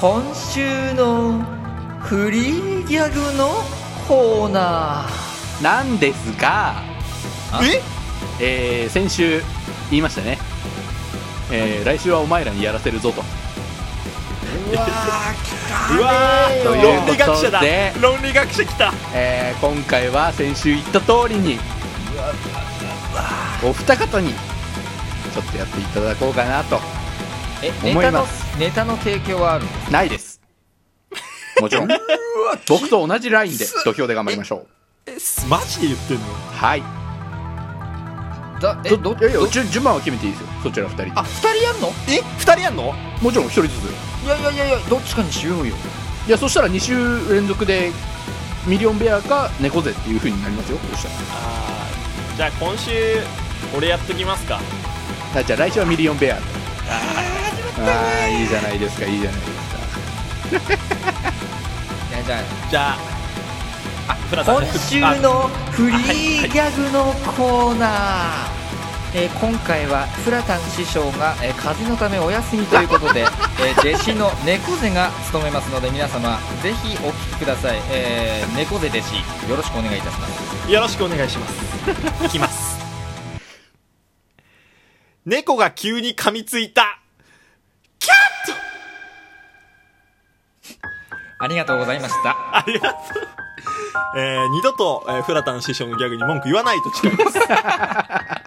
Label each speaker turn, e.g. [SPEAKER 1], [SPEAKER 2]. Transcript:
[SPEAKER 1] 今週のフリーギャグのコーナ
[SPEAKER 2] なんですが、
[SPEAKER 3] え
[SPEAKER 2] えー先週言いましたね、えー来週はお前らにやらせるぞと
[SPEAKER 1] ーうわー
[SPEAKER 3] うわー
[SPEAKER 2] というこ
[SPEAKER 3] 論
[SPEAKER 2] と
[SPEAKER 3] 理
[SPEAKER 2] で
[SPEAKER 3] 学者だ論理学者きた
[SPEAKER 2] えー今回は先週言った通りにお二方にちょっとやっていただこうかなと
[SPEAKER 1] えネ
[SPEAKER 2] 思
[SPEAKER 1] タ
[SPEAKER 2] い
[SPEAKER 1] の
[SPEAKER 2] ます
[SPEAKER 1] ネタの提供はあるの
[SPEAKER 2] ないですもちろん僕と同じラインで土俵で頑張りましょう
[SPEAKER 3] えマジで言ってんの
[SPEAKER 2] はい
[SPEAKER 1] だえ
[SPEAKER 2] ちょ
[SPEAKER 1] ど
[SPEAKER 2] いやい
[SPEAKER 1] ど
[SPEAKER 2] や順順番は決めていいですよそちら二人
[SPEAKER 1] あ二人やんの
[SPEAKER 3] え二人やんの
[SPEAKER 2] もちろん一人ずつ
[SPEAKER 1] いやいやいやいやどっちかにしようよ
[SPEAKER 2] いやそしたら2週連続でミリオンベアか猫背っていう風になりますよそしたら
[SPEAKER 3] あーじゃあ今週俺やっときますか
[SPEAKER 2] あじゃあ来週はミリオンベアああーいいじゃないですかいいじゃない
[SPEAKER 1] い
[SPEAKER 2] ですか
[SPEAKER 1] やじゃあ
[SPEAKER 3] じゃああフラさん
[SPEAKER 1] 今週のフリーギャグのコーナー、えー今回はフラタン師匠が、えー風邪のためお休みということ で、えー弟子の猫背が務めますので皆様ぜひお聞きください、えー猫背弟子よろしくお願いいたします
[SPEAKER 3] よろしくお願いします。いきます。 猫が急に噛みついた。
[SPEAKER 1] ありがとうございました
[SPEAKER 3] ありがとう。えー、二度と、えー、フラタン師匠のギャグに文句言わないと誓います。